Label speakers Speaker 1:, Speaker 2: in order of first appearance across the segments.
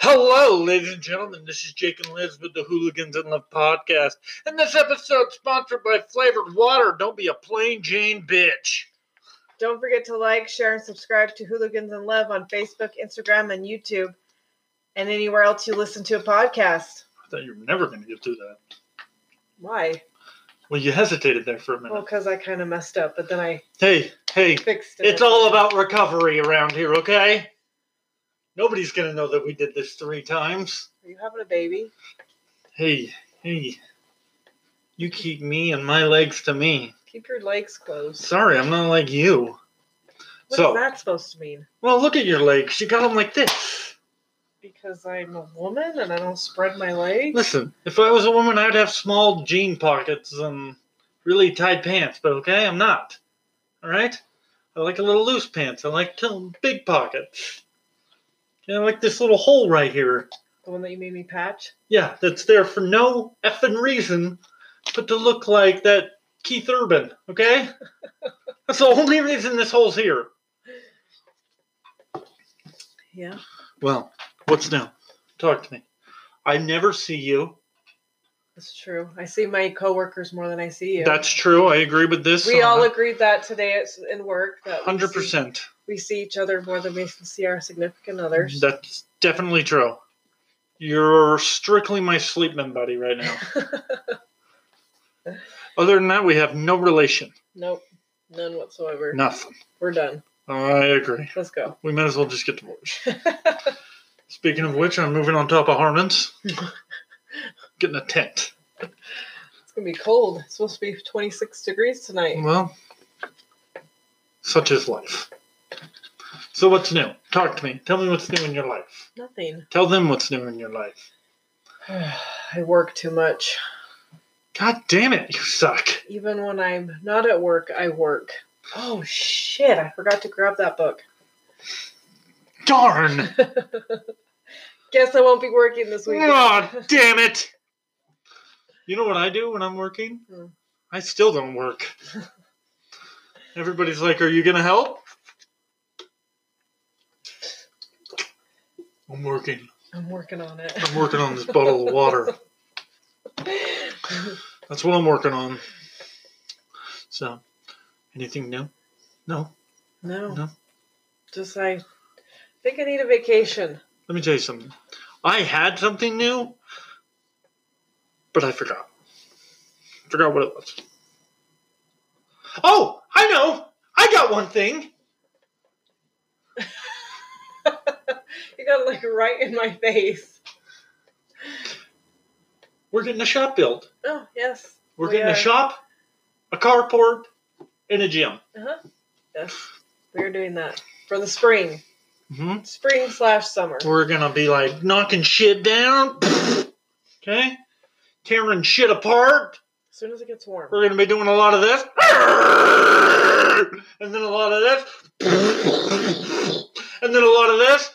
Speaker 1: Hello, ladies and gentlemen. This is Jake and Liz with the Hooligans in Love podcast. And this episode sponsored by Flavored Water. Don't be a plain Jane bitch.
Speaker 2: Don't forget to like, share, and subscribe to Hooligans and Love on Facebook, Instagram, and YouTube, and anywhere else you listen to a podcast.
Speaker 1: I thought you were never going to get through that.
Speaker 2: Why?
Speaker 1: Well, you hesitated there for a minute.
Speaker 2: Well, because I kind of messed up, but then I
Speaker 1: Hey, hey,
Speaker 2: fixed it.
Speaker 1: it's all about recovery around here, okay? Nobody's going to know that we did this three times.
Speaker 2: Are you having a baby?
Speaker 1: Hey, hey, you keep me and my legs to me.
Speaker 2: Keep your legs closed.
Speaker 1: Sorry, I'm not like you.
Speaker 2: What's
Speaker 1: So-
Speaker 2: that supposed to mean?
Speaker 1: Well, look at your legs. You got them like this.
Speaker 2: Because I'm a woman and I don't spread my legs.
Speaker 1: Listen, if I was a woman, I'd have small jean pockets and really tight pants, but okay, I'm not. All right? I like a little loose pants. I like t- big pockets. And I like this little hole right here.
Speaker 2: The one that you made me patch.
Speaker 1: Yeah, that's there for no effing reason but to look like that Keith Urban, okay? that's the only reason this hole's here.
Speaker 2: Yeah.
Speaker 1: Well, what's new? Talk to me. I never see you.
Speaker 2: That's true. I see my coworkers more than I see you.
Speaker 1: That's true. I agree with this.
Speaker 2: we
Speaker 1: on
Speaker 2: all
Speaker 1: it.
Speaker 2: agreed that today it's in work that we see-
Speaker 1: 100%.
Speaker 2: we see each other more than we see our significant others.
Speaker 1: That's definitely true. You're strictly my sleepman buddy right now. Other than that, we have no relation.
Speaker 2: Nope. None whatsoever.
Speaker 1: Nothing.
Speaker 2: We're done.
Speaker 1: I agree.
Speaker 2: Let's go.
Speaker 1: We might as well just get divorced. Speaking of which, I'm moving on top of Harmon's. Getting a tent.
Speaker 2: It's gonna be cold. It's supposed to be 26 degrees tonight.
Speaker 1: Well, such is life. So, what's new? Talk to me. Tell me what's new in your life.
Speaker 2: Nothing.
Speaker 1: Tell them what's new in your life.
Speaker 2: I work too much.
Speaker 1: God damn it, you suck.
Speaker 2: Even when I'm not at work, I work. Oh shit! I forgot to grab that book.
Speaker 1: Darn.
Speaker 2: Guess I won't be working this weekend.
Speaker 1: Oh, damn it. You know what I do when I'm working?
Speaker 2: Hmm.
Speaker 1: I still don't work. Everybody's like, Are you going to help? I'm working.
Speaker 2: I'm working on it.
Speaker 1: I'm working on this bottle of water. That's what I'm working on. So, anything new? No.
Speaker 2: no.
Speaker 1: No.
Speaker 2: Just I think I need a vacation.
Speaker 1: Let me tell you something. I had something new, but I forgot. Forgot what it was. Oh, I know. I got one thing.
Speaker 2: You got like right in my face.
Speaker 1: We're getting a shop built.
Speaker 2: Oh yes.
Speaker 1: We're
Speaker 2: We
Speaker 1: getting
Speaker 2: are.
Speaker 1: a shop, a carport, and a gym.
Speaker 2: Uh-huh. Yes. We are doing that for the spring. Mm-hmm.
Speaker 1: hmm
Speaker 2: Spring slash summer.
Speaker 1: We're gonna be like knocking shit down. okay, tearing shit apart.
Speaker 2: As soon as it gets warm.
Speaker 1: We're gonna be doing a lot of this, and then a lot of this, and then a lot of this.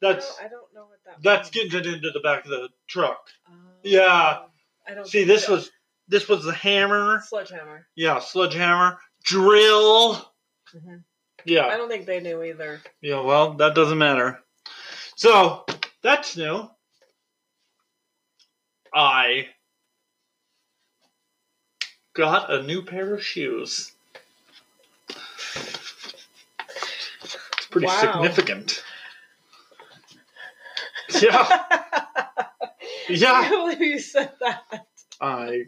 Speaker 1: That's
Speaker 2: I don't, I don't know what that
Speaker 1: that's
Speaker 2: means.
Speaker 1: getting it into the back of the truck.
Speaker 2: Oh.
Speaker 1: Yeah.
Speaker 2: I don't
Speaker 1: See,
Speaker 2: think
Speaker 1: this
Speaker 2: so.
Speaker 1: was this was the hammer.
Speaker 2: sledgehammer.
Speaker 1: Yeah, sledgehammer, drill. Mm-hmm.
Speaker 2: Mhm. I
Speaker 1: Yeah,
Speaker 2: don't think they knew either.
Speaker 1: yeah. Well, that doesn't matter. So that's new. I got a new pair of shoes. It's pretty
Speaker 2: Wow.
Speaker 1: significant. Yeah, Yeah.
Speaker 2: I can't believe you said that.
Speaker 1: I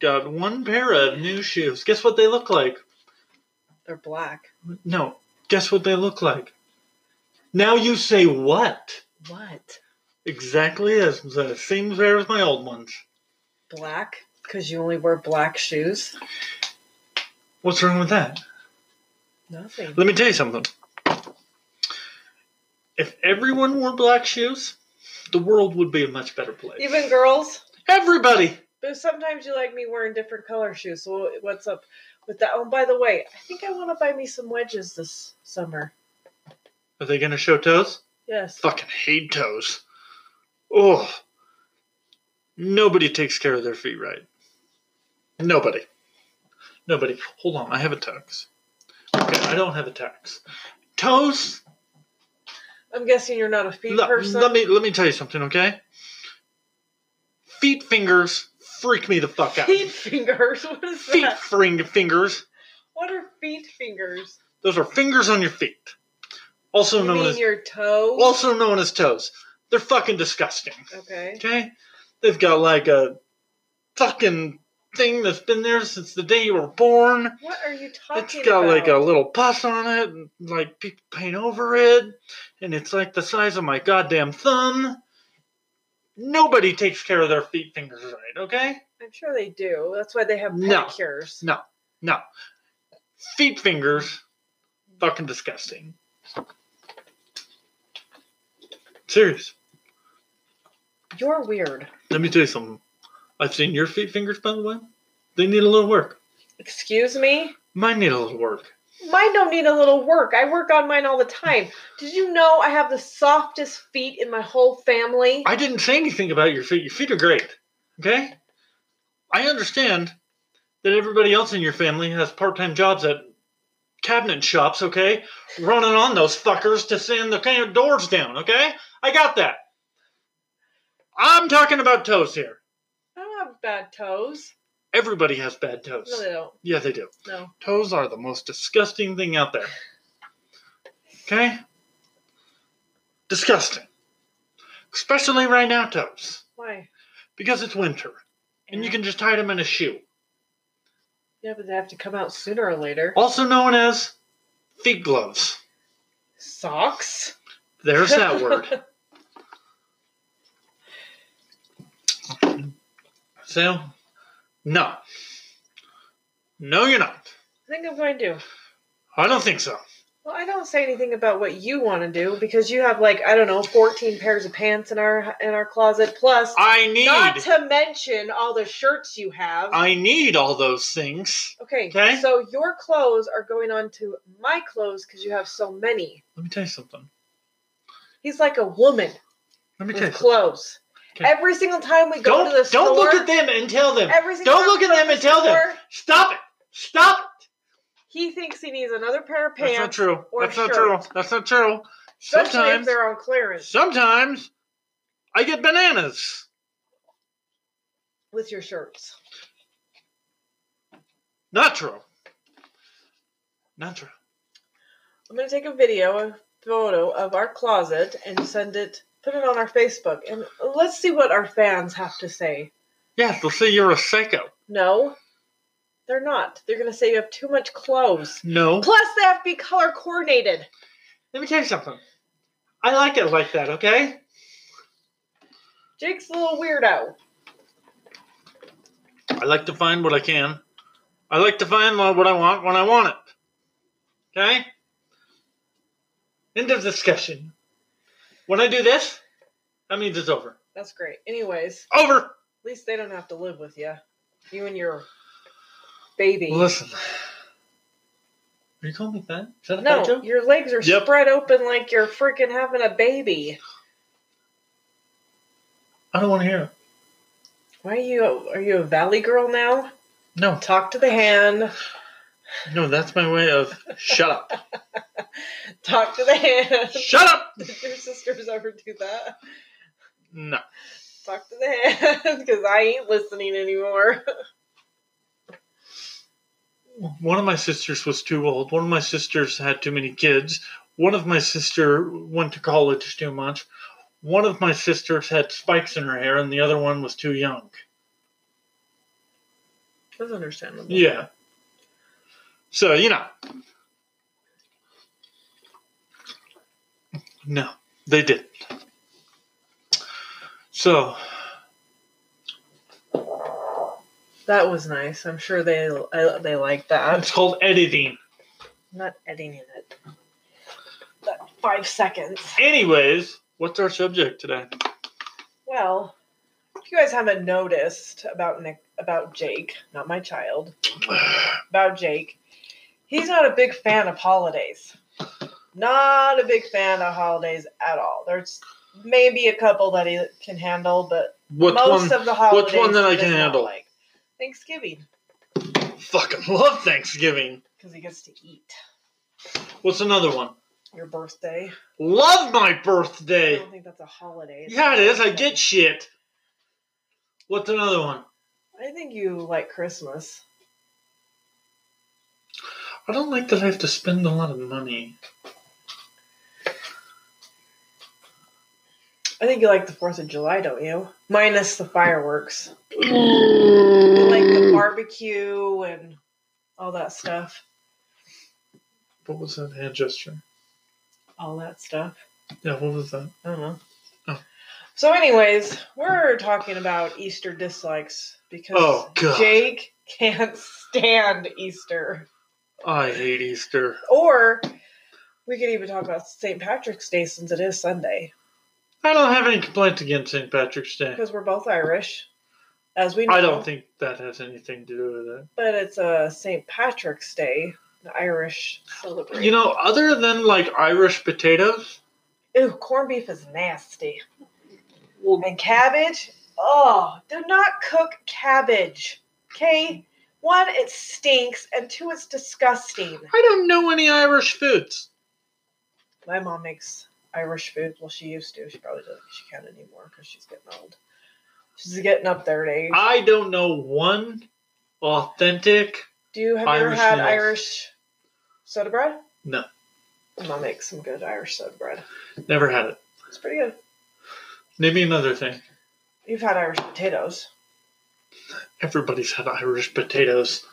Speaker 1: got one pair of new shoes. Guess what they look like?
Speaker 2: They're black.
Speaker 1: No, guess what they look like? Now you say what?
Speaker 2: What?
Speaker 1: Exactly as the same pair as my old ones.
Speaker 2: Black? Because you only wear black shoes?
Speaker 1: What's wrong with that?
Speaker 2: Nothing.
Speaker 1: Let me tell you something. If everyone wore black shoes, the world would be a much better place.
Speaker 2: Even girls?
Speaker 1: Everybody!
Speaker 2: But sometimes you like me wearing different color shoes. So what's up with that? Oh, by the way, I think I want to buy me some wedges this summer.
Speaker 1: Are they gonna show toes?
Speaker 2: Yes.
Speaker 1: Fucking hate toes. Oh. Nobody takes care of their feet right. Nobody. Nobody. Hold on, I have a tax. Okay, I don't have a tax. Toes
Speaker 2: I'm guessing you're not a feet
Speaker 1: Le-
Speaker 2: person.
Speaker 1: Let me let me tell you something, okay? Feet fingers freak me the fuck out.
Speaker 2: Feet fingers. What is
Speaker 1: feet
Speaker 2: that?
Speaker 1: fring fingers.
Speaker 2: What are feet fingers?
Speaker 1: Those are fingers on your feet, also
Speaker 2: you
Speaker 1: known
Speaker 2: mean
Speaker 1: as
Speaker 2: your toes?
Speaker 1: also known as toes. They're fucking disgusting.
Speaker 2: okay.
Speaker 1: Okay, they've got like a fucking thing that's been there since the day you were born.
Speaker 2: What are you talking
Speaker 1: It's got
Speaker 2: about?
Speaker 1: like a little pus on it, and like people paint over it, and it's like the size of my goddamn thumb. Nobody takes care of their feet fingers right, okay?
Speaker 2: I'm sure they do. That's why they have
Speaker 1: No.
Speaker 2: pedicures.
Speaker 1: No, no. Feet fingers, fucking disgusting. Serious.
Speaker 2: You're weird.
Speaker 1: Let me tell you something. I've seen your feet fingers, by the way. They need a little work.
Speaker 2: Excuse me?
Speaker 1: Mine need a little work.
Speaker 2: Mine don't need a little work. I work on mine all the time. Did you know I have the softest feet in my whole family?
Speaker 1: I didn't say anything about your feet. Your feet are great. Okay? I understand that everybody else in your family has part time jobs at cabinet shops, okay? Running on those fuckers to sand the can- doors down, okay? I got that. I'm talking about toes here.
Speaker 2: I don't have bad toes.
Speaker 1: Everybody has bad
Speaker 2: No,
Speaker 1: toes.
Speaker 2: they don't.
Speaker 1: Yeah, they do.
Speaker 2: No.
Speaker 1: Toes are the most disgusting thing out there. Okay? Disgusting. Especially right now, toes.
Speaker 2: Why?
Speaker 1: Because it's winter. and you can just hide them in a shoe,
Speaker 2: Yeah, but they have to come out sooner or later.
Speaker 1: also known as feet gloves.
Speaker 2: Socks?
Speaker 1: There's that word. So, no, no, you're not.
Speaker 2: I think I'm going to.
Speaker 1: I don't think so.
Speaker 2: Well, I don't say anything about what you want to do because you have like I don't know, fourteen pairs of pants in our in our closet. Plus,
Speaker 1: I need,
Speaker 2: not to mention all the shirts you have.
Speaker 1: I need all those things.
Speaker 2: okay,
Speaker 1: Okay.
Speaker 2: so your clothes are going on to my clothes because you have so many.
Speaker 1: Let me tell you something.
Speaker 2: He's like a woman
Speaker 1: Let me tell you.
Speaker 2: with
Speaker 1: Something.
Speaker 2: clothes.
Speaker 1: Okay.
Speaker 2: Every single time we go
Speaker 1: Don't
Speaker 2: to the store,
Speaker 1: don't look at them and tell them.
Speaker 2: Every single
Speaker 1: don't
Speaker 2: time
Speaker 1: look
Speaker 2: we
Speaker 1: at
Speaker 2: go to
Speaker 1: them
Speaker 2: the
Speaker 1: and tell them.
Speaker 2: store,
Speaker 1: Stop it! Stop it!
Speaker 2: He thinks he needs another pair of
Speaker 1: That's not
Speaker 2: pants,
Speaker 1: true.
Speaker 2: or
Speaker 1: That's not true.
Speaker 2: shirt.
Speaker 1: That's not true.
Speaker 2: especially if
Speaker 1: Sometimes
Speaker 2: they're on clearance
Speaker 1: Sometimes I get bananas.
Speaker 2: with your shirts.
Speaker 1: Not true. Not true.
Speaker 2: I'm gonna take a video, a photo of our closet and send it, put it on our Facebook, and let's see what our fans have to say.
Speaker 1: Yes, they'll say you're a psycho.
Speaker 2: No, they're not. They're gonna say you have too much clothes.
Speaker 1: No.
Speaker 2: Plus, they have to be color coordinated.
Speaker 1: Let me tell you something. I like it like that, okay?
Speaker 2: Jake's a little weirdo.
Speaker 1: I like to find what I can. I like to find what what I want when I want it. Okay? End of discussion. When I do this, that means it's over.
Speaker 2: That's great. Anyways,
Speaker 1: Over!
Speaker 2: at least they don't have to live with you. You and your baby.
Speaker 1: Listen. Are you calling me fat? Is that a fat
Speaker 2: no,
Speaker 1: joke?
Speaker 2: your legs are
Speaker 1: Yep.
Speaker 2: spread open like you're freaking having a baby.
Speaker 1: I don't want to hear it.
Speaker 2: Why are you? Are you a valley girl now?
Speaker 1: No.
Speaker 2: Talk to the hand.
Speaker 1: No, that's my way of shut up.
Speaker 2: Talk to the hand.
Speaker 1: Shut up!
Speaker 2: Did your sisters ever do that?
Speaker 1: No.
Speaker 2: Talk to the hand because I ain't listening anymore.
Speaker 1: One of my sisters was too old. One of my sisters had too many kids. One of my sister went to college too much. One of my sisters had spikes in her hair, and the other one was too young.
Speaker 2: That's understandable.
Speaker 1: Yeah. So, you know. No, they didn't. So,
Speaker 2: That was nice. I'm sure they I, they like that.
Speaker 1: it's called editing.
Speaker 2: I'm not editing it. That five seconds.
Speaker 1: Anyways, what's our subject today?
Speaker 2: Well, if you guys haven't noticed about Nick, about Jake, not my child, about Jake, he's not a big fan of holidays. Not a big fan of holidays at all. There's maybe a couple that he can handle, but
Speaker 1: What's
Speaker 2: most of the holidays.
Speaker 1: one that I
Speaker 2: he
Speaker 1: can
Speaker 2: does not
Speaker 1: handle?
Speaker 2: Like Thanksgiving,
Speaker 1: Fucking love Thanksgiving.
Speaker 2: because he gets to eat.
Speaker 1: What's another one?
Speaker 2: Your birthday.
Speaker 1: Love my
Speaker 2: I
Speaker 1: birthday.
Speaker 2: don't think that's a holiday. It's
Speaker 1: Yeah, it
Speaker 2: a
Speaker 1: is. I
Speaker 2: birthday.
Speaker 1: get shit. What's another one?
Speaker 2: I think you like Christmas.
Speaker 1: I don't like that I have to spend a lot of money.
Speaker 2: I think you like the Fourth of July, don't you? Minus the fireworks, You like the
Speaker 1: What
Speaker 2: barbecue and all that stuff.
Speaker 1: was that hand gesture?
Speaker 2: All that stuff.
Speaker 1: Yeah, what was that?
Speaker 2: I don't know.
Speaker 1: Oh.
Speaker 2: So, anyways, we're talking about Easter dislikes because
Speaker 1: Oh, God.
Speaker 2: Jake can't stand Easter.
Speaker 1: I hate Easter.
Speaker 2: Or we could even talk about St. Patrick's Day since it is Sunday
Speaker 1: I don't have any complaints against St. Patrick's Day.
Speaker 2: because we're both Irish, as we know.
Speaker 1: I don't think that has anything to do with it.
Speaker 2: But it's a St. Patrick's Day, an Irish celebration.
Speaker 1: You know, other than like Irish potatoes,
Speaker 2: Ew, corned beef is nasty.
Speaker 1: Well-
Speaker 2: and cabbage? Oh, do not cook cabbage. Okay? One, it stinks, and two, it's disgusting.
Speaker 1: I don't know any Irish foods.
Speaker 2: My mom makes Irish food. Well, she used to. She probably doesn't. She can't anymore because she's getting old. She's getting up there in age.
Speaker 1: I don't know one authentic.
Speaker 2: Do you have you ever
Speaker 1: Irish
Speaker 2: had
Speaker 1: meals.
Speaker 2: Irish soda bread?
Speaker 1: No,
Speaker 2: My mom makes some good Irish soda bread.
Speaker 1: never had it.
Speaker 2: It's pretty good.
Speaker 1: Maybe another thing.
Speaker 2: You've had Irish potatoes.
Speaker 1: Everybody's had Irish potatoes.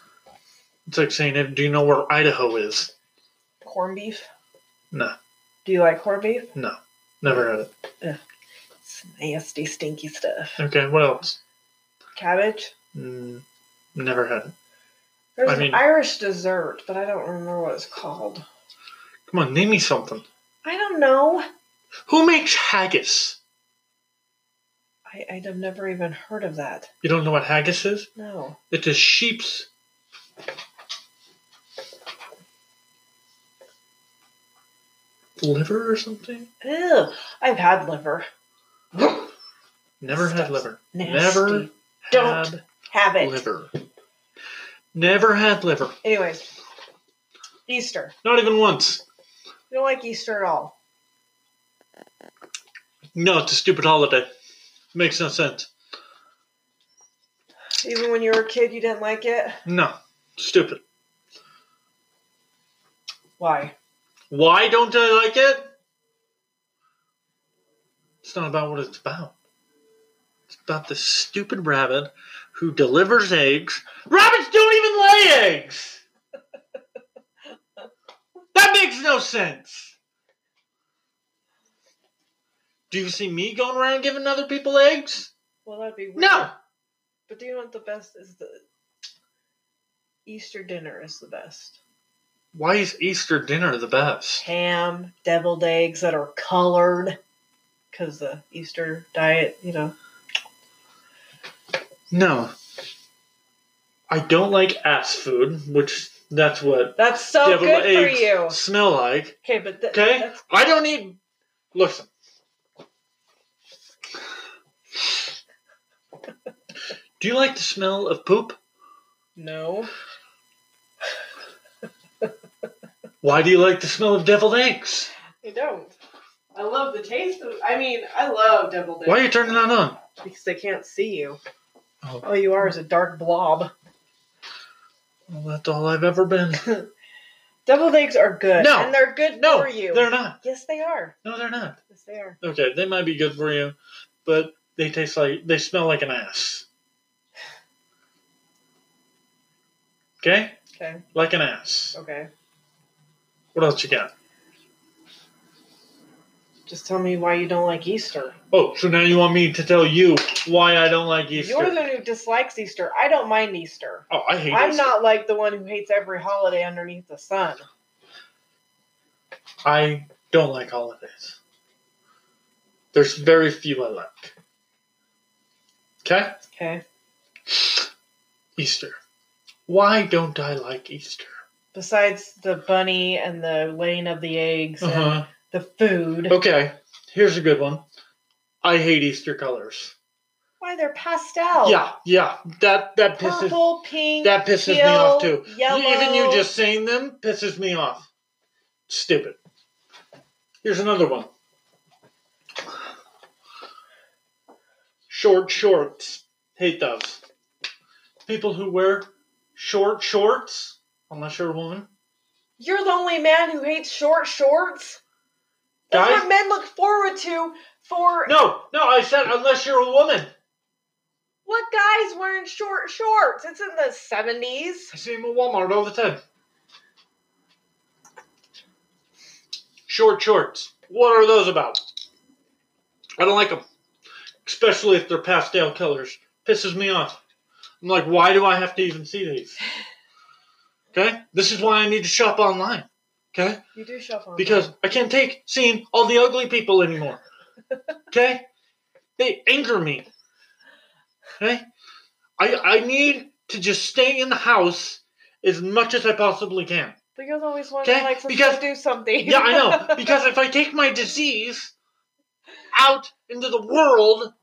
Speaker 1: It's like saying, "Do you know where Idaho is?"
Speaker 2: Corned beef.
Speaker 1: No,
Speaker 2: Do you like corned beef?
Speaker 1: no, never had it.
Speaker 2: It's nasty, stinky stuff.
Speaker 1: Okay, what else?
Speaker 2: Cabbage.
Speaker 1: Mm, never had it.
Speaker 2: There's
Speaker 1: I
Speaker 2: an
Speaker 1: mean-
Speaker 2: Irish dessert, but I don't remember what it's called.
Speaker 1: Come on, name me something.
Speaker 2: I don't know.
Speaker 1: Who makes haggis?
Speaker 2: I, I'd have never even heard of that.
Speaker 1: You don't know what haggis is?
Speaker 2: No.
Speaker 1: It is sheep's. Liver or something?
Speaker 2: Ew. I've had liver.
Speaker 1: Never
Speaker 2: Stuff's
Speaker 1: had liver.
Speaker 2: nasty.
Speaker 1: Never
Speaker 2: Don't
Speaker 1: had
Speaker 2: Have it.
Speaker 1: liver. Never had liver.
Speaker 2: Anyways, Easter.
Speaker 1: Not even once.
Speaker 2: You don't like Easter at all.
Speaker 1: No, it's a stupid holiday. Makes no sense.
Speaker 2: Even when you were a kid, you didn't like it.
Speaker 1: No. Stupid.
Speaker 2: Why?
Speaker 1: Why don't I like it? It's not about what it's about. It's about this stupid rabbit who delivers eggs. Rabbits don't even lay eggs! that makes no sense! Do you see me going around giving other people eggs?
Speaker 2: Well, that'd be weird.
Speaker 1: No!
Speaker 2: But do you know what the best is? The Easter dinner is the best.
Speaker 1: Why is Easter dinner the best?
Speaker 2: ham, deviled eggs that are colored because the Easter diet, you know.
Speaker 1: No. I don't like ass food, which that's what
Speaker 2: That's so
Speaker 1: deviled
Speaker 2: Oh, good
Speaker 1: eggs
Speaker 2: for you.
Speaker 1: smell like.
Speaker 2: Okay, but th-
Speaker 1: Okay?
Speaker 2: that's,
Speaker 1: I don't need. Listen. Do you like the smell of poop?
Speaker 2: no,
Speaker 1: Why do you like the smell of deviled eggs?
Speaker 2: I don't. I love the taste of. I mean, I love deviled eggs.
Speaker 1: Why are you turning that on?
Speaker 2: Because they can't see you.
Speaker 1: Oh.
Speaker 2: All you are is a dark blob.
Speaker 1: Well, that's all I've ever been.
Speaker 2: Deviled eggs are good.
Speaker 1: No.
Speaker 2: and they're good
Speaker 1: No,
Speaker 2: for you.
Speaker 1: they're not.
Speaker 2: Yes, they are.
Speaker 1: No, they're not.
Speaker 2: Yes, they are.
Speaker 1: Okay, they might be good for you, but they taste like they smell like an ass. Okay,
Speaker 2: Okay.
Speaker 1: like an ass.
Speaker 2: Okay.
Speaker 1: What else you got?
Speaker 2: Just tell me why you don't like Easter.
Speaker 1: Oh, so now you want me to tell you why I don't like Easter?
Speaker 2: You're the one who dislikes Easter. I don't mind Easter.
Speaker 1: Oh, I hate
Speaker 2: I'm
Speaker 1: Easter.
Speaker 2: not like the one who hates every holiday underneath the sun.
Speaker 1: I don't like holidays. There's very few I like. Okay?
Speaker 2: Okay.
Speaker 1: Easter. Why don't I like Easter?
Speaker 2: Besides the bunny and the laying of the eggs and
Speaker 1: Uh-huh.
Speaker 2: the food.
Speaker 1: Okay, here's a good one. I hate Easter colors.
Speaker 2: Why they're pastel?
Speaker 1: Yeah, yeah. That that pisses
Speaker 2: Purple, pink,
Speaker 1: that pisses me off
Speaker 2: teal,
Speaker 1: too.
Speaker 2: Yellow.
Speaker 1: Even you just saying them pisses me off. Stupid. Here's another one. Short shorts. Hate those. People who wear short shorts, unless you're a woman.
Speaker 2: You're the only man who hates short shorts. That's
Speaker 1: Guys-
Speaker 2: what men look forward to for
Speaker 1: No, no, I said unless you're a woman.
Speaker 2: what guys wearing short shorts? It's in the seventies.
Speaker 1: I see them at Walmart all the time. Short shorts. What are those about? I don't like them, especially if they're pastel colors. Pisses me off. I'm like, why do I have to even see these? Okay, this is why I need to shop online. Okay,
Speaker 2: You do shuffle.
Speaker 1: because I can't take seeing all the ugly people anymore. Okay? They anger me. Okay? I I need to just stay in the house as much as I possibly can.
Speaker 2: because I always wanted
Speaker 1: Okay,
Speaker 2: like someone
Speaker 1: because-
Speaker 2: to do something.
Speaker 1: Yeah, I know. Because if I take my disease out into the world,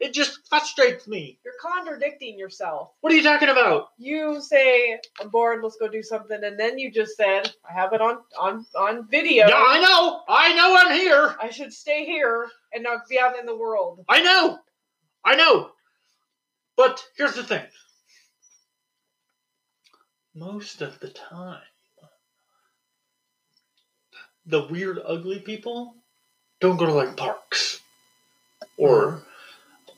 Speaker 1: it just frustrates me.
Speaker 2: You're contradicting yourself.
Speaker 1: What are you talking about?
Speaker 2: You say I'm bored. Let's go do something, and then you just said I have it on on on video.
Speaker 1: Yeah, I know. I know I'm here.
Speaker 2: I should stay here and not be out in the world.
Speaker 1: I know. I know. But here's the thing. Most of the time, the weird, ugly people don't go to like parks or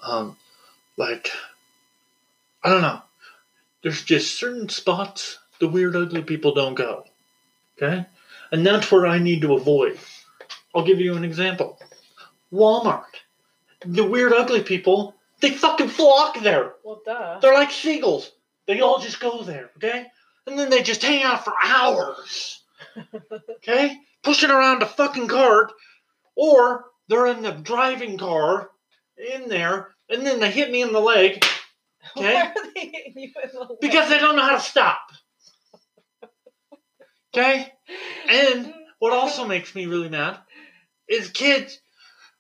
Speaker 1: um, like, I don't know. There's just certain spots the weird, ugly people don't go. Okay? And that's where I need to avoid. I'll give you an example Walmart the weird ugly people, they fucking flock there.
Speaker 2: Well, duh.
Speaker 1: They're like seagulls. They all just go there, okay? And then they just hang out for hours. Okay? Pushing around a fucking cart, or they're in the driving car in there, and then they hit me in the leg Okay.
Speaker 2: Why are they hitting you in the leg?
Speaker 1: because they don't know how to stop. Okay? And what also makes me really mad is kids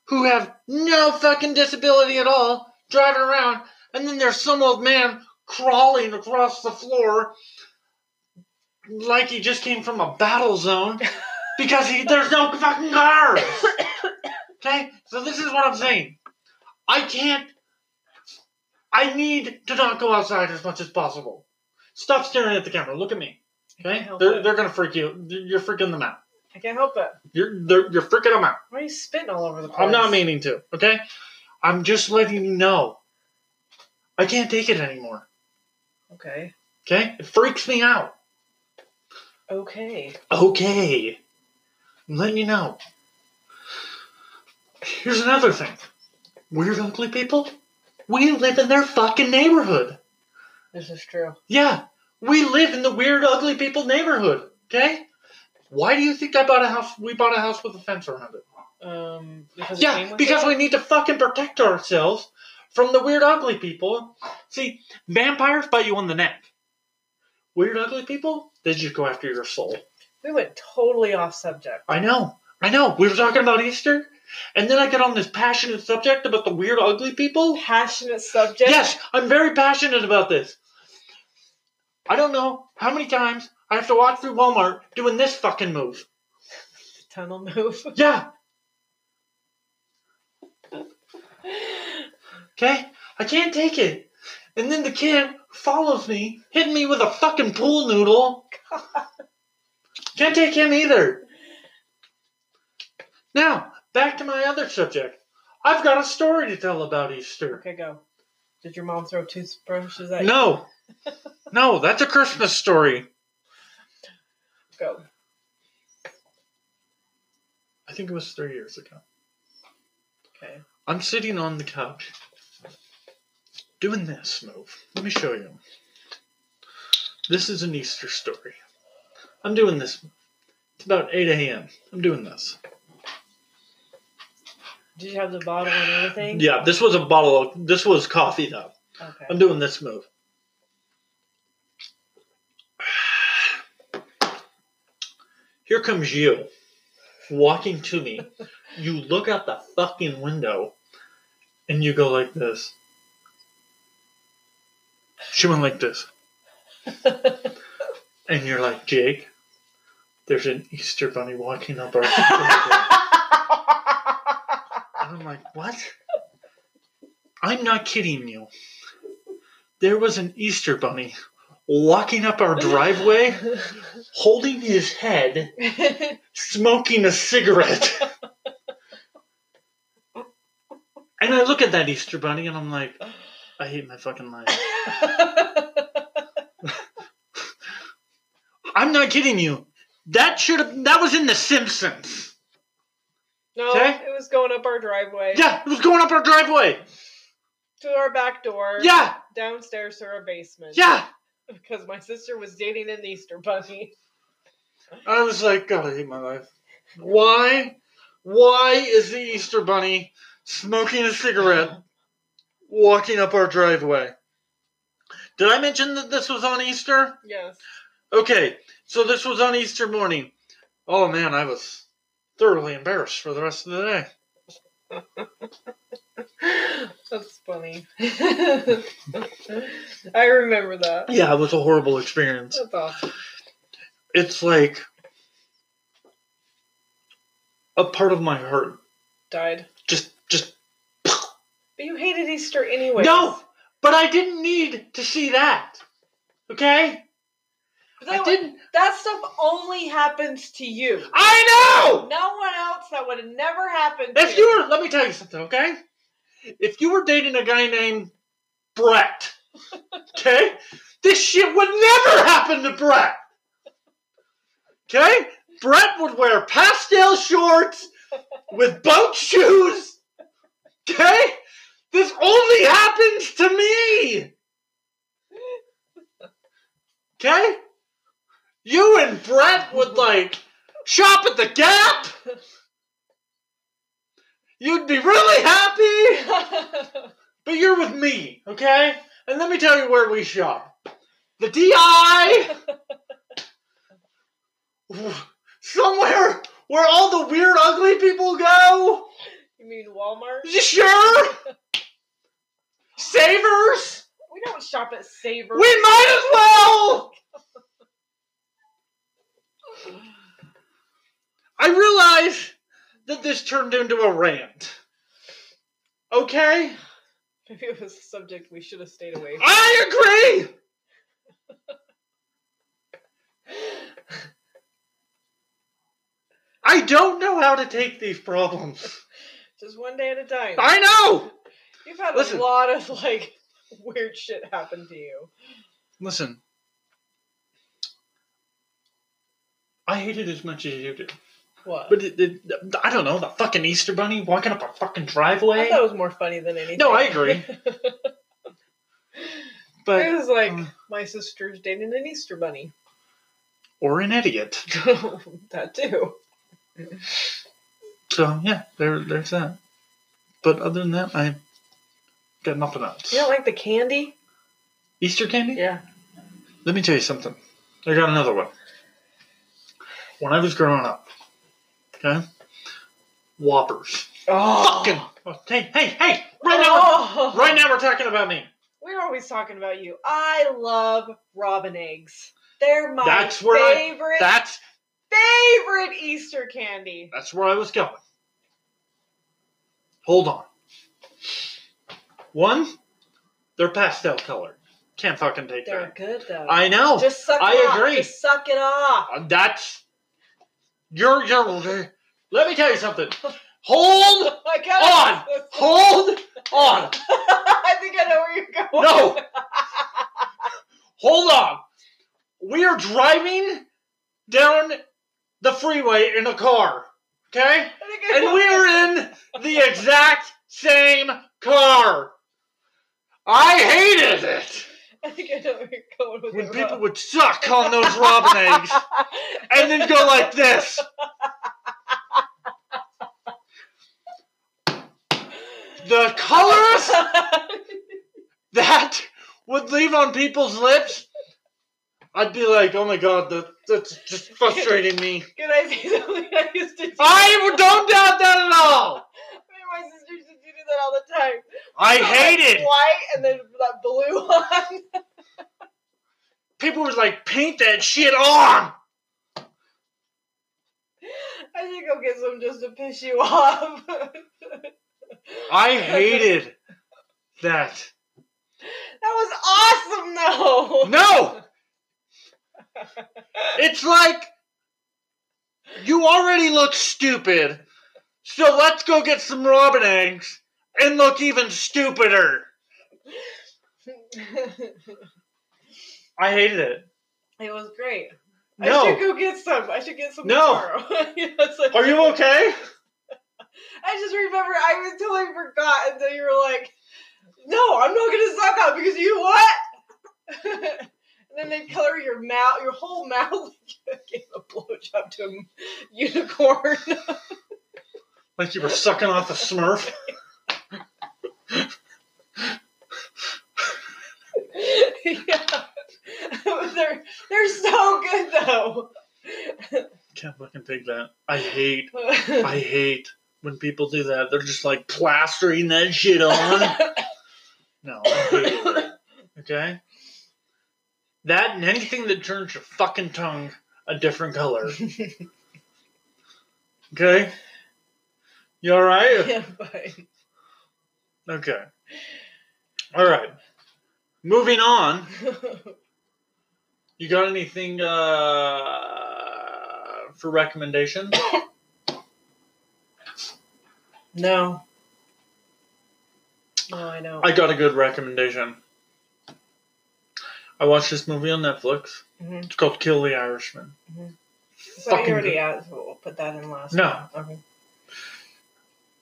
Speaker 1: who have no fucking disability at all driving around, and then there's some old man crawling across the floor like he just came from a battle zone because he, there's no fucking cars. Okay, so this is what I'm saying. I can't. I need to not go outside as much as possible. Stop staring at the camera. Look at me. Okay,
Speaker 2: help
Speaker 1: they're,
Speaker 2: it.
Speaker 1: they're gonna freak you. You're freaking them out.
Speaker 2: I can't help it.
Speaker 1: You're they're, you're freaking them out.
Speaker 2: Why are you spitting all over the place?
Speaker 1: I'm not meaning to. Okay, I'm just letting you know. I can't take it anymore.
Speaker 2: Okay.
Speaker 1: Okay, it freaks me out.
Speaker 2: Okay.
Speaker 1: Okay, I'm letting you know. Here's another thing. Weird ugly people. We live in their fucking neighborhood.
Speaker 2: This is true.
Speaker 1: Yeah, we live in the weird ugly people neighborhood. Okay. Why do you think I bought a house? We bought a house with a fence around it.
Speaker 2: Um, because it came
Speaker 1: Yeah,
Speaker 2: with
Speaker 1: because
Speaker 2: it?
Speaker 1: we need to fucking protect ourselves from the weird ugly people. See, vampires bite you on the neck. Weird ugly people, they just go after your soul.
Speaker 2: we went totally off subject.
Speaker 1: I know, I know. We were talking about Easter, and then I get on this passionate subject about the weird ugly people.
Speaker 2: Passionate subject.
Speaker 1: Yes, I'm very passionate about this. I don't know how many times I have to walk through Walmart doing this fucking move.
Speaker 2: Tunnel move.
Speaker 1: Yeah, okay? I can't take it. And then the kid follows me, hitting me with a fucking pool noodle. Can't take him either. Now, back to my other subject. I've got a story to tell about Easter.
Speaker 2: okay, go. Did your mom throw toothbrushes at you?
Speaker 1: No. No, that's a Christmas story.
Speaker 2: Go.
Speaker 1: I think it was three years ago.
Speaker 2: Okay.
Speaker 1: I'm sitting on the couch doing this move. Let me show you. This is an Easter story. I'm doing this. It's about 8 a.m. I'm doing this.
Speaker 2: Did you have the bottle and everything?
Speaker 1: Yeah, this was a bottle of, this was coffee though.
Speaker 2: Okay.
Speaker 1: I'm doing this move. Here comes you walking to me. You look out the fucking window and you go like this. She went like this. and you're like, Jake, there's an Easter bunny walking up our And I'm like, what? I'm not kidding you. There was an Easter bunny walking up our driveway, holding his head, smoking a cigarette. and I look at that Easter bunny and I'm like, I hate my fucking life. I'm not kidding you. That should have that was in The Simpsons.
Speaker 2: no,
Speaker 1: Okay.
Speaker 2: it was going up our driveway
Speaker 1: Yeah, it was going up our driveway.
Speaker 2: to our back door.
Speaker 1: Yeah,
Speaker 2: Downstairs to our basement.
Speaker 1: yeah.
Speaker 2: Because my sister was dating an Easter bunny.
Speaker 1: I was like, God, I hate my life. Why? Why is the Easter Bunny smoking a cigarette walking up our driveway? Did I mention that this was on Easter?
Speaker 2: Yes.
Speaker 1: Okay, so this was on Easter morning. Oh man, I was thoroughly embarrassed for the rest of the day.
Speaker 2: That's funny. I remember that.
Speaker 1: Yeah, it was a horrible experience.
Speaker 2: That's awesome.
Speaker 1: It's like a part of my heart
Speaker 2: Died.
Speaker 1: just just
Speaker 2: But you hated Easter anyway.
Speaker 1: No, but I didn't need to see that. Okay? I didn't.
Speaker 2: That stuff only happens to you.
Speaker 1: I know!
Speaker 2: No one else. That would have never happened.
Speaker 1: If
Speaker 2: to.
Speaker 1: you were, let me tell you something, okay? If you were dating a guy named Brett, okay? this shit would never happen to Brett. Okay? Brett would wear pastel shorts with boat shoes. Okay? This only happens to me. Okay? You and Brett would like shop at the Gap. You'd be really happy, but you're with me, okay? And let me tell you where we shop. The DI! Somewhere where all the weird, ugly people go?
Speaker 2: you mean Walmart?
Speaker 1: You sure? Savers?
Speaker 2: We don't shop at Savers.
Speaker 1: We might as well! I realize that this turned into a rant. Okay?
Speaker 2: Maybe it was a subject we should have stayed away from.
Speaker 1: I agree! I don't know how to take these problems.
Speaker 2: Just one day at a time.
Speaker 1: I know!
Speaker 2: You've had
Speaker 1: Listen.
Speaker 2: a lot of like weird shit happen to you.
Speaker 1: Listen. I hate it as much as you do.
Speaker 2: What?
Speaker 1: But it, it, I don't know, the fucking Easter Bunny walking up a fucking
Speaker 2: I
Speaker 1: driveway?
Speaker 2: thought it was more funny than anything.
Speaker 1: No, I agree.
Speaker 2: It
Speaker 1: But,
Speaker 2: was like
Speaker 1: um,
Speaker 2: my sister's dating an Easter bunny.
Speaker 1: or an idiot.
Speaker 2: that too.
Speaker 1: So, yeah, there, there's that. But other than that, I got nothing else.
Speaker 2: You don't like the candy?
Speaker 1: Easter candy?
Speaker 2: Yeah.
Speaker 1: Let me tell you something. I got another one. When I was growing up, okay, Whoppers.
Speaker 2: Oh.
Speaker 1: Fucking. Hey, hey, hey! Right now,
Speaker 2: Oh.
Speaker 1: right now, we're talking about me.
Speaker 2: We're always talking about you. I love robin eggs. They're my
Speaker 1: That's where I-
Speaker 2: favorite
Speaker 1: That's
Speaker 2: favorite Easter candy.
Speaker 1: that's where I was going. Hold on. One, they're pastel colored. Can't fucking take
Speaker 2: They're
Speaker 1: that.
Speaker 2: good though.
Speaker 1: I know.
Speaker 2: Just suck it
Speaker 1: I
Speaker 2: off.
Speaker 1: agree.
Speaker 2: Just suck it off.
Speaker 1: Uh, That's you're you're. Let me tell you something. Hold
Speaker 2: I got
Speaker 1: hold on.
Speaker 2: I think I know where you're going.
Speaker 1: No! Hold on. We are driving down the freeway in a car, okay?
Speaker 2: I think I
Speaker 1: And
Speaker 2: know
Speaker 1: we are
Speaker 2: where-
Speaker 1: in the exact same car. I hated it
Speaker 2: I think I know where you're going with
Speaker 1: when
Speaker 2: it,
Speaker 1: people
Speaker 2: Rob.
Speaker 1: would suck on those robin eggs and then go like this. The colors that would leave on people's lips, I'd be like, oh my god, that, that's just frustrating me.
Speaker 2: Can I say something I used to do?
Speaker 1: I don't doubt that at all.
Speaker 2: Me and my sister used to do that all the time.
Speaker 1: I hated
Speaker 2: White and then that blue one.
Speaker 1: people would like paint that shit on.
Speaker 2: I should go get some just to piss you off.
Speaker 1: I hated that.
Speaker 2: That was awesome, though.
Speaker 1: No! It's like you already look stupid, so let's go get some robin eggs and look even stupider. I hated it.
Speaker 2: it was great. I should
Speaker 1: No.
Speaker 2: go get some. I should get some
Speaker 1: No.
Speaker 2: tomorrow. Yes, I-
Speaker 1: Are you okay?
Speaker 2: I just remember I was totally forgot until you were like, "No, I'm not gonna suck up because you know what?" and then they color your mouth, your whole mouth. like you gave a blowjob to a unicorn.
Speaker 1: Like you were sucking off a smurf?
Speaker 2: yeah, they're they're so good though.
Speaker 1: Can't fucking take that. I hate, I hate when people do that. They're just like plastering that shit on. No, I hate it. Okay? That and anything that turns your fucking tongue a different color. okay? You alright?
Speaker 2: yeah, fine.
Speaker 1: Okay. Alright. Moving on. You got anything uh, for recommendation?
Speaker 2: no. No, Oh, I know.
Speaker 1: I got a good recommendation. I watched this movie on Netflix.
Speaker 2: Mhm.
Speaker 1: It's called Kill the Irishman.
Speaker 2: So you
Speaker 1: fucking
Speaker 2: already
Speaker 1: good.
Speaker 2: asked. We'll put that in last.
Speaker 1: No.
Speaker 2: one. Okay.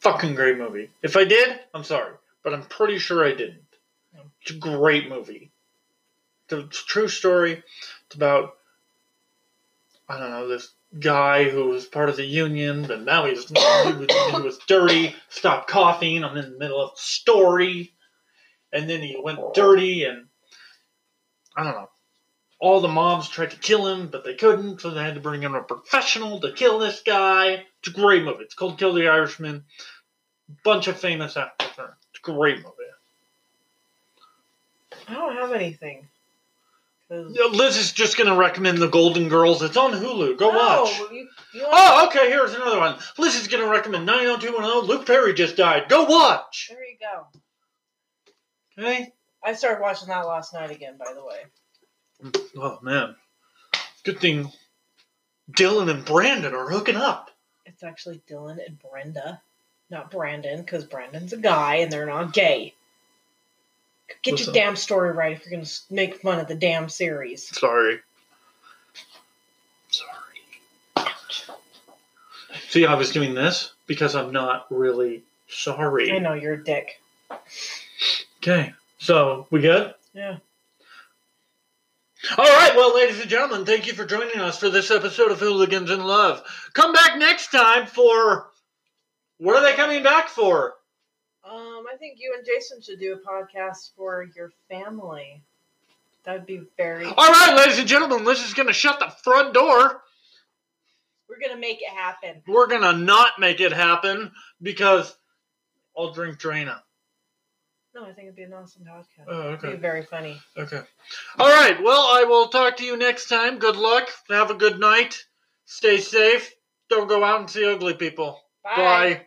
Speaker 1: fucking great movie. If I did, I'm sorry, but I'm pretty sure I didn't.
Speaker 2: Yeah.
Speaker 1: It's a great movie. It's a, it's a true story. It's about I don't know this guy who was part of the union, but now he's he was, he was dirty. Stopped coughing. I'm in the middle of the story, and then he went dirty, and I don't know. All the mobs tried to kill him, but they couldn't, so they had to bring in a professional to kill this guy. It's a great movie. It's called Kill the Irishman bunch of famous actors. in it. It's a great movie.
Speaker 2: I don't have anything. 'Cause-
Speaker 1: Yeah, Liz is just gonna recommend The Golden Girls. It's on Hulu. Go
Speaker 2: no,
Speaker 1: watch.
Speaker 2: You, you want
Speaker 1: Oh, okay. Here's another one. Liz is gonna recommend 90210. Luke Perry just died. Go watch.
Speaker 2: There you go.
Speaker 1: Okay.
Speaker 2: I started watching that last night again. By the way,
Speaker 1: Oh man. Good thing Dylan and Brandon are hooking up.
Speaker 2: it's actually Dylan and Brenda, not Brandon, because Brandon's a guy and they're not gay. Get
Speaker 1: Listen.
Speaker 2: your damn story right if you're gonna s- make fun of the damn series.
Speaker 1: Sorry. Sorry. See, I was doing this because I'm not really sorry.
Speaker 2: I know you're a dick.
Speaker 1: Okay. So we good?
Speaker 2: Yeah.
Speaker 1: All right, well, ladies and gentlemen, thank you for joining us for this episode of Hooligans in Love. Come back next time for what are they coming back for?
Speaker 2: Um, I think you and Jason should do a podcast for your family. That'd be very.
Speaker 1: All right, ladies and gentlemen, Liz is going to shut the front door.
Speaker 2: We're gonna make it happen.
Speaker 1: We're going to not make it happen because I'll drink Drina.
Speaker 2: No, I think it'd be an awesome podcast.
Speaker 1: Oh,
Speaker 2: It'd be very funny.
Speaker 1: Okay. All right, well, I will talk to you next time. Good luck. Have a good night. Stay safe. Don't go out and see ugly people. Bye.